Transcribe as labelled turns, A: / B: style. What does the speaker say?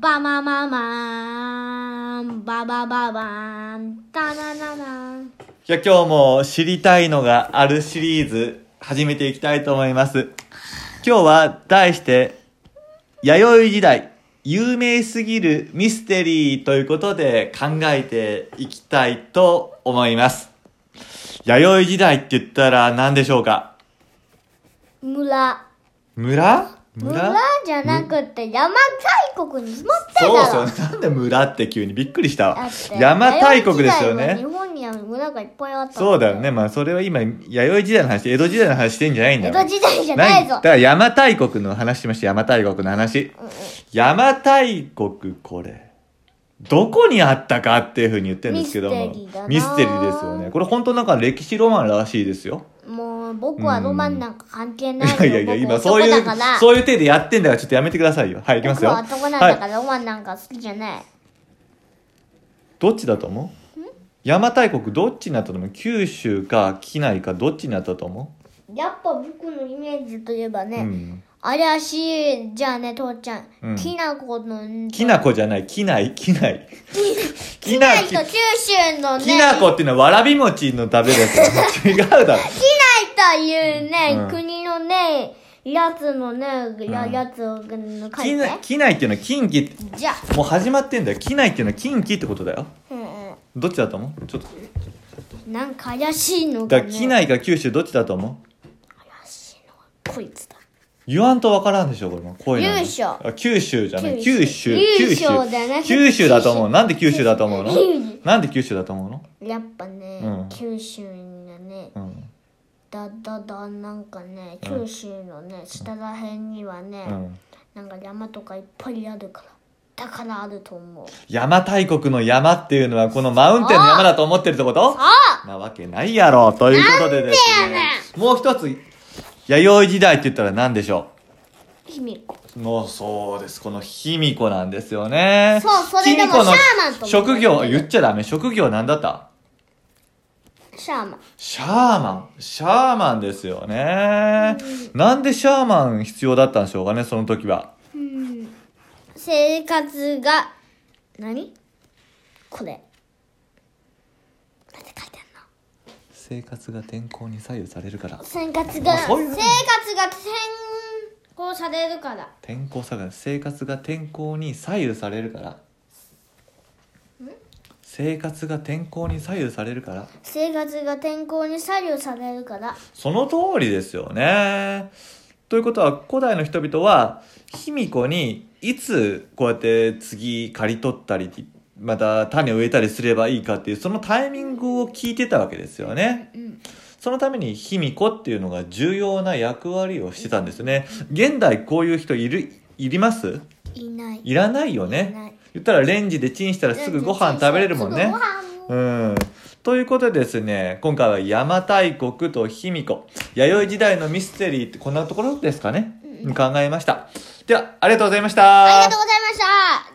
A: バマママーン、ババババーン、タナナナン。
B: じゃあ今日も知りたいのがあるシリーズ始めていきたいと思います。今日は題して、弥生時代、有名すぎるミステリーということで考えていきたいと思います。弥生時代って言ったら何でしょうか
A: 村。
B: 村
A: 村じゃなくて山大国に住まってた
B: そう
A: ろ。
B: ですよね。なんで村って急にびっくりし
A: だ
B: たわ
A: って。
B: 山大国ですよ
A: 弥生時代は日
B: ね。
A: 本には村がいっぱいあった。
B: そうだよね。。まあそれは今、弥生時代の話、江戸時代の話してんじゃないんだ
A: 江
B: よ。
A: 戸時代じゃな
B: な
A: い
B: い
A: ぞ
B: だ。から邪馬台国の話しました、邪馬台国の話。邪馬台国、これ。どこにあったかっていうふうに言ってるんですけども。
A: ミステリーだな
B: ミステリーですよね。これ本当なんか歴史ロマンらしいですよ。
A: もう僕はロマンなんか関係
B: い
A: ない
B: や
A: よ。
B: いやいや、今
A: 僕は
B: そう
A: 男
B: いう
A: だから、
B: そういう手でやってんだからちょっとやめてくださいよ。はい、いきます
A: 僕
B: よ。
A: は男なんだ
B: は
A: か
B: い。
A: らロマンなんか好きじゃない。
B: どっちだと思う邪馬台国どっちになったと思う九州か畿内かどっちになったと思
A: やっぱ僕のイメージといえば
B: う、
A: ね、
B: うん。
A: あれ足じゃあね父ちゃん、
B: うん
A: きなこの
B: きなこじゃない、畿内、畿内。き
A: きなこ九州のね
B: きなこっていうのはわらび餅の食べるやつ違うだ ろ
A: きなというね、
B: うん
A: 国のねやつのねや,、
B: うん
A: やつを書いて
B: きなきないっていうのは近畿って
A: じゃあ、
B: もう始まってんだよきないっていうのは近畿ってことだよ
A: うんう
B: どっちだと思うちょっと
A: ん、なんか怪しいのが、
B: だ
A: ね、
B: からきないか九州どっちだと思う
A: 怪しいのはこいつだ
B: 言わんとわからんでしょこれも声なんで
A: 九州
B: あ九州じゃない
A: 九州
B: 九州
A: 九州だね
B: 九州だと思うなんで九州だと思うの
A: 九
B: なんで九州だと思うの
A: やっぱね、
B: うん
A: 九州のね
B: うん
A: だだだなんかね九州のね、下らへんにはね、
B: うん
A: なんか山とかいっぱいあるからだからあると思う
B: 邪馬台国の山っていうのはこのマウンテンの山だと思ってるってこと
A: あ
B: なわけないやろということでですねもう一つ弥生時代って言ったら何でしょ
A: ひみこ
B: うもうそうですこの卑弥呼なんですよね
A: そうそれでも
B: 卑弥呼の
A: シャーマンと思う
B: 職業言っちゃダメ職業なんだった
A: シャーマン
B: シャーマンシャーマンですよね、なんでシャーマン必要だったんでしょうかねその時は
A: 生活が何これなんて書いてある
B: 生活が天候に左右されるから
A: の生活が
B: あそうい
A: 生
B: う
A: 活
B: の
A: が転校されるから
B: 天候さが生活が天候に左右されるから生活が天候に左右されるから
A: 生活が転校に左右されるから
B: その通りですよね。ということは古代の人々は卑弥呼にいつこうやって次刈り取ったりまた種を植えたりすればいいかっていうそのタイミングを聞いてたわけですよね。
A: うん
B: そのために卑弥呼っていうのが重要な役割をしてたんですね。現代こういう人いるいります
A: いない
B: いらないよ
A: いない
B: ね。言ったらレンジでチンしたらすぐご飯食べれるもん
A: すぐ
B: ね
A: ご。
B: うん。ということでですね、今回は邪馬台国と卑弥呼、弥生時代のミステリーってこんなところですかね、
A: うん
B: 考えました。では、ありがとうございまし
A: あ
B: た。
A: りがとうございました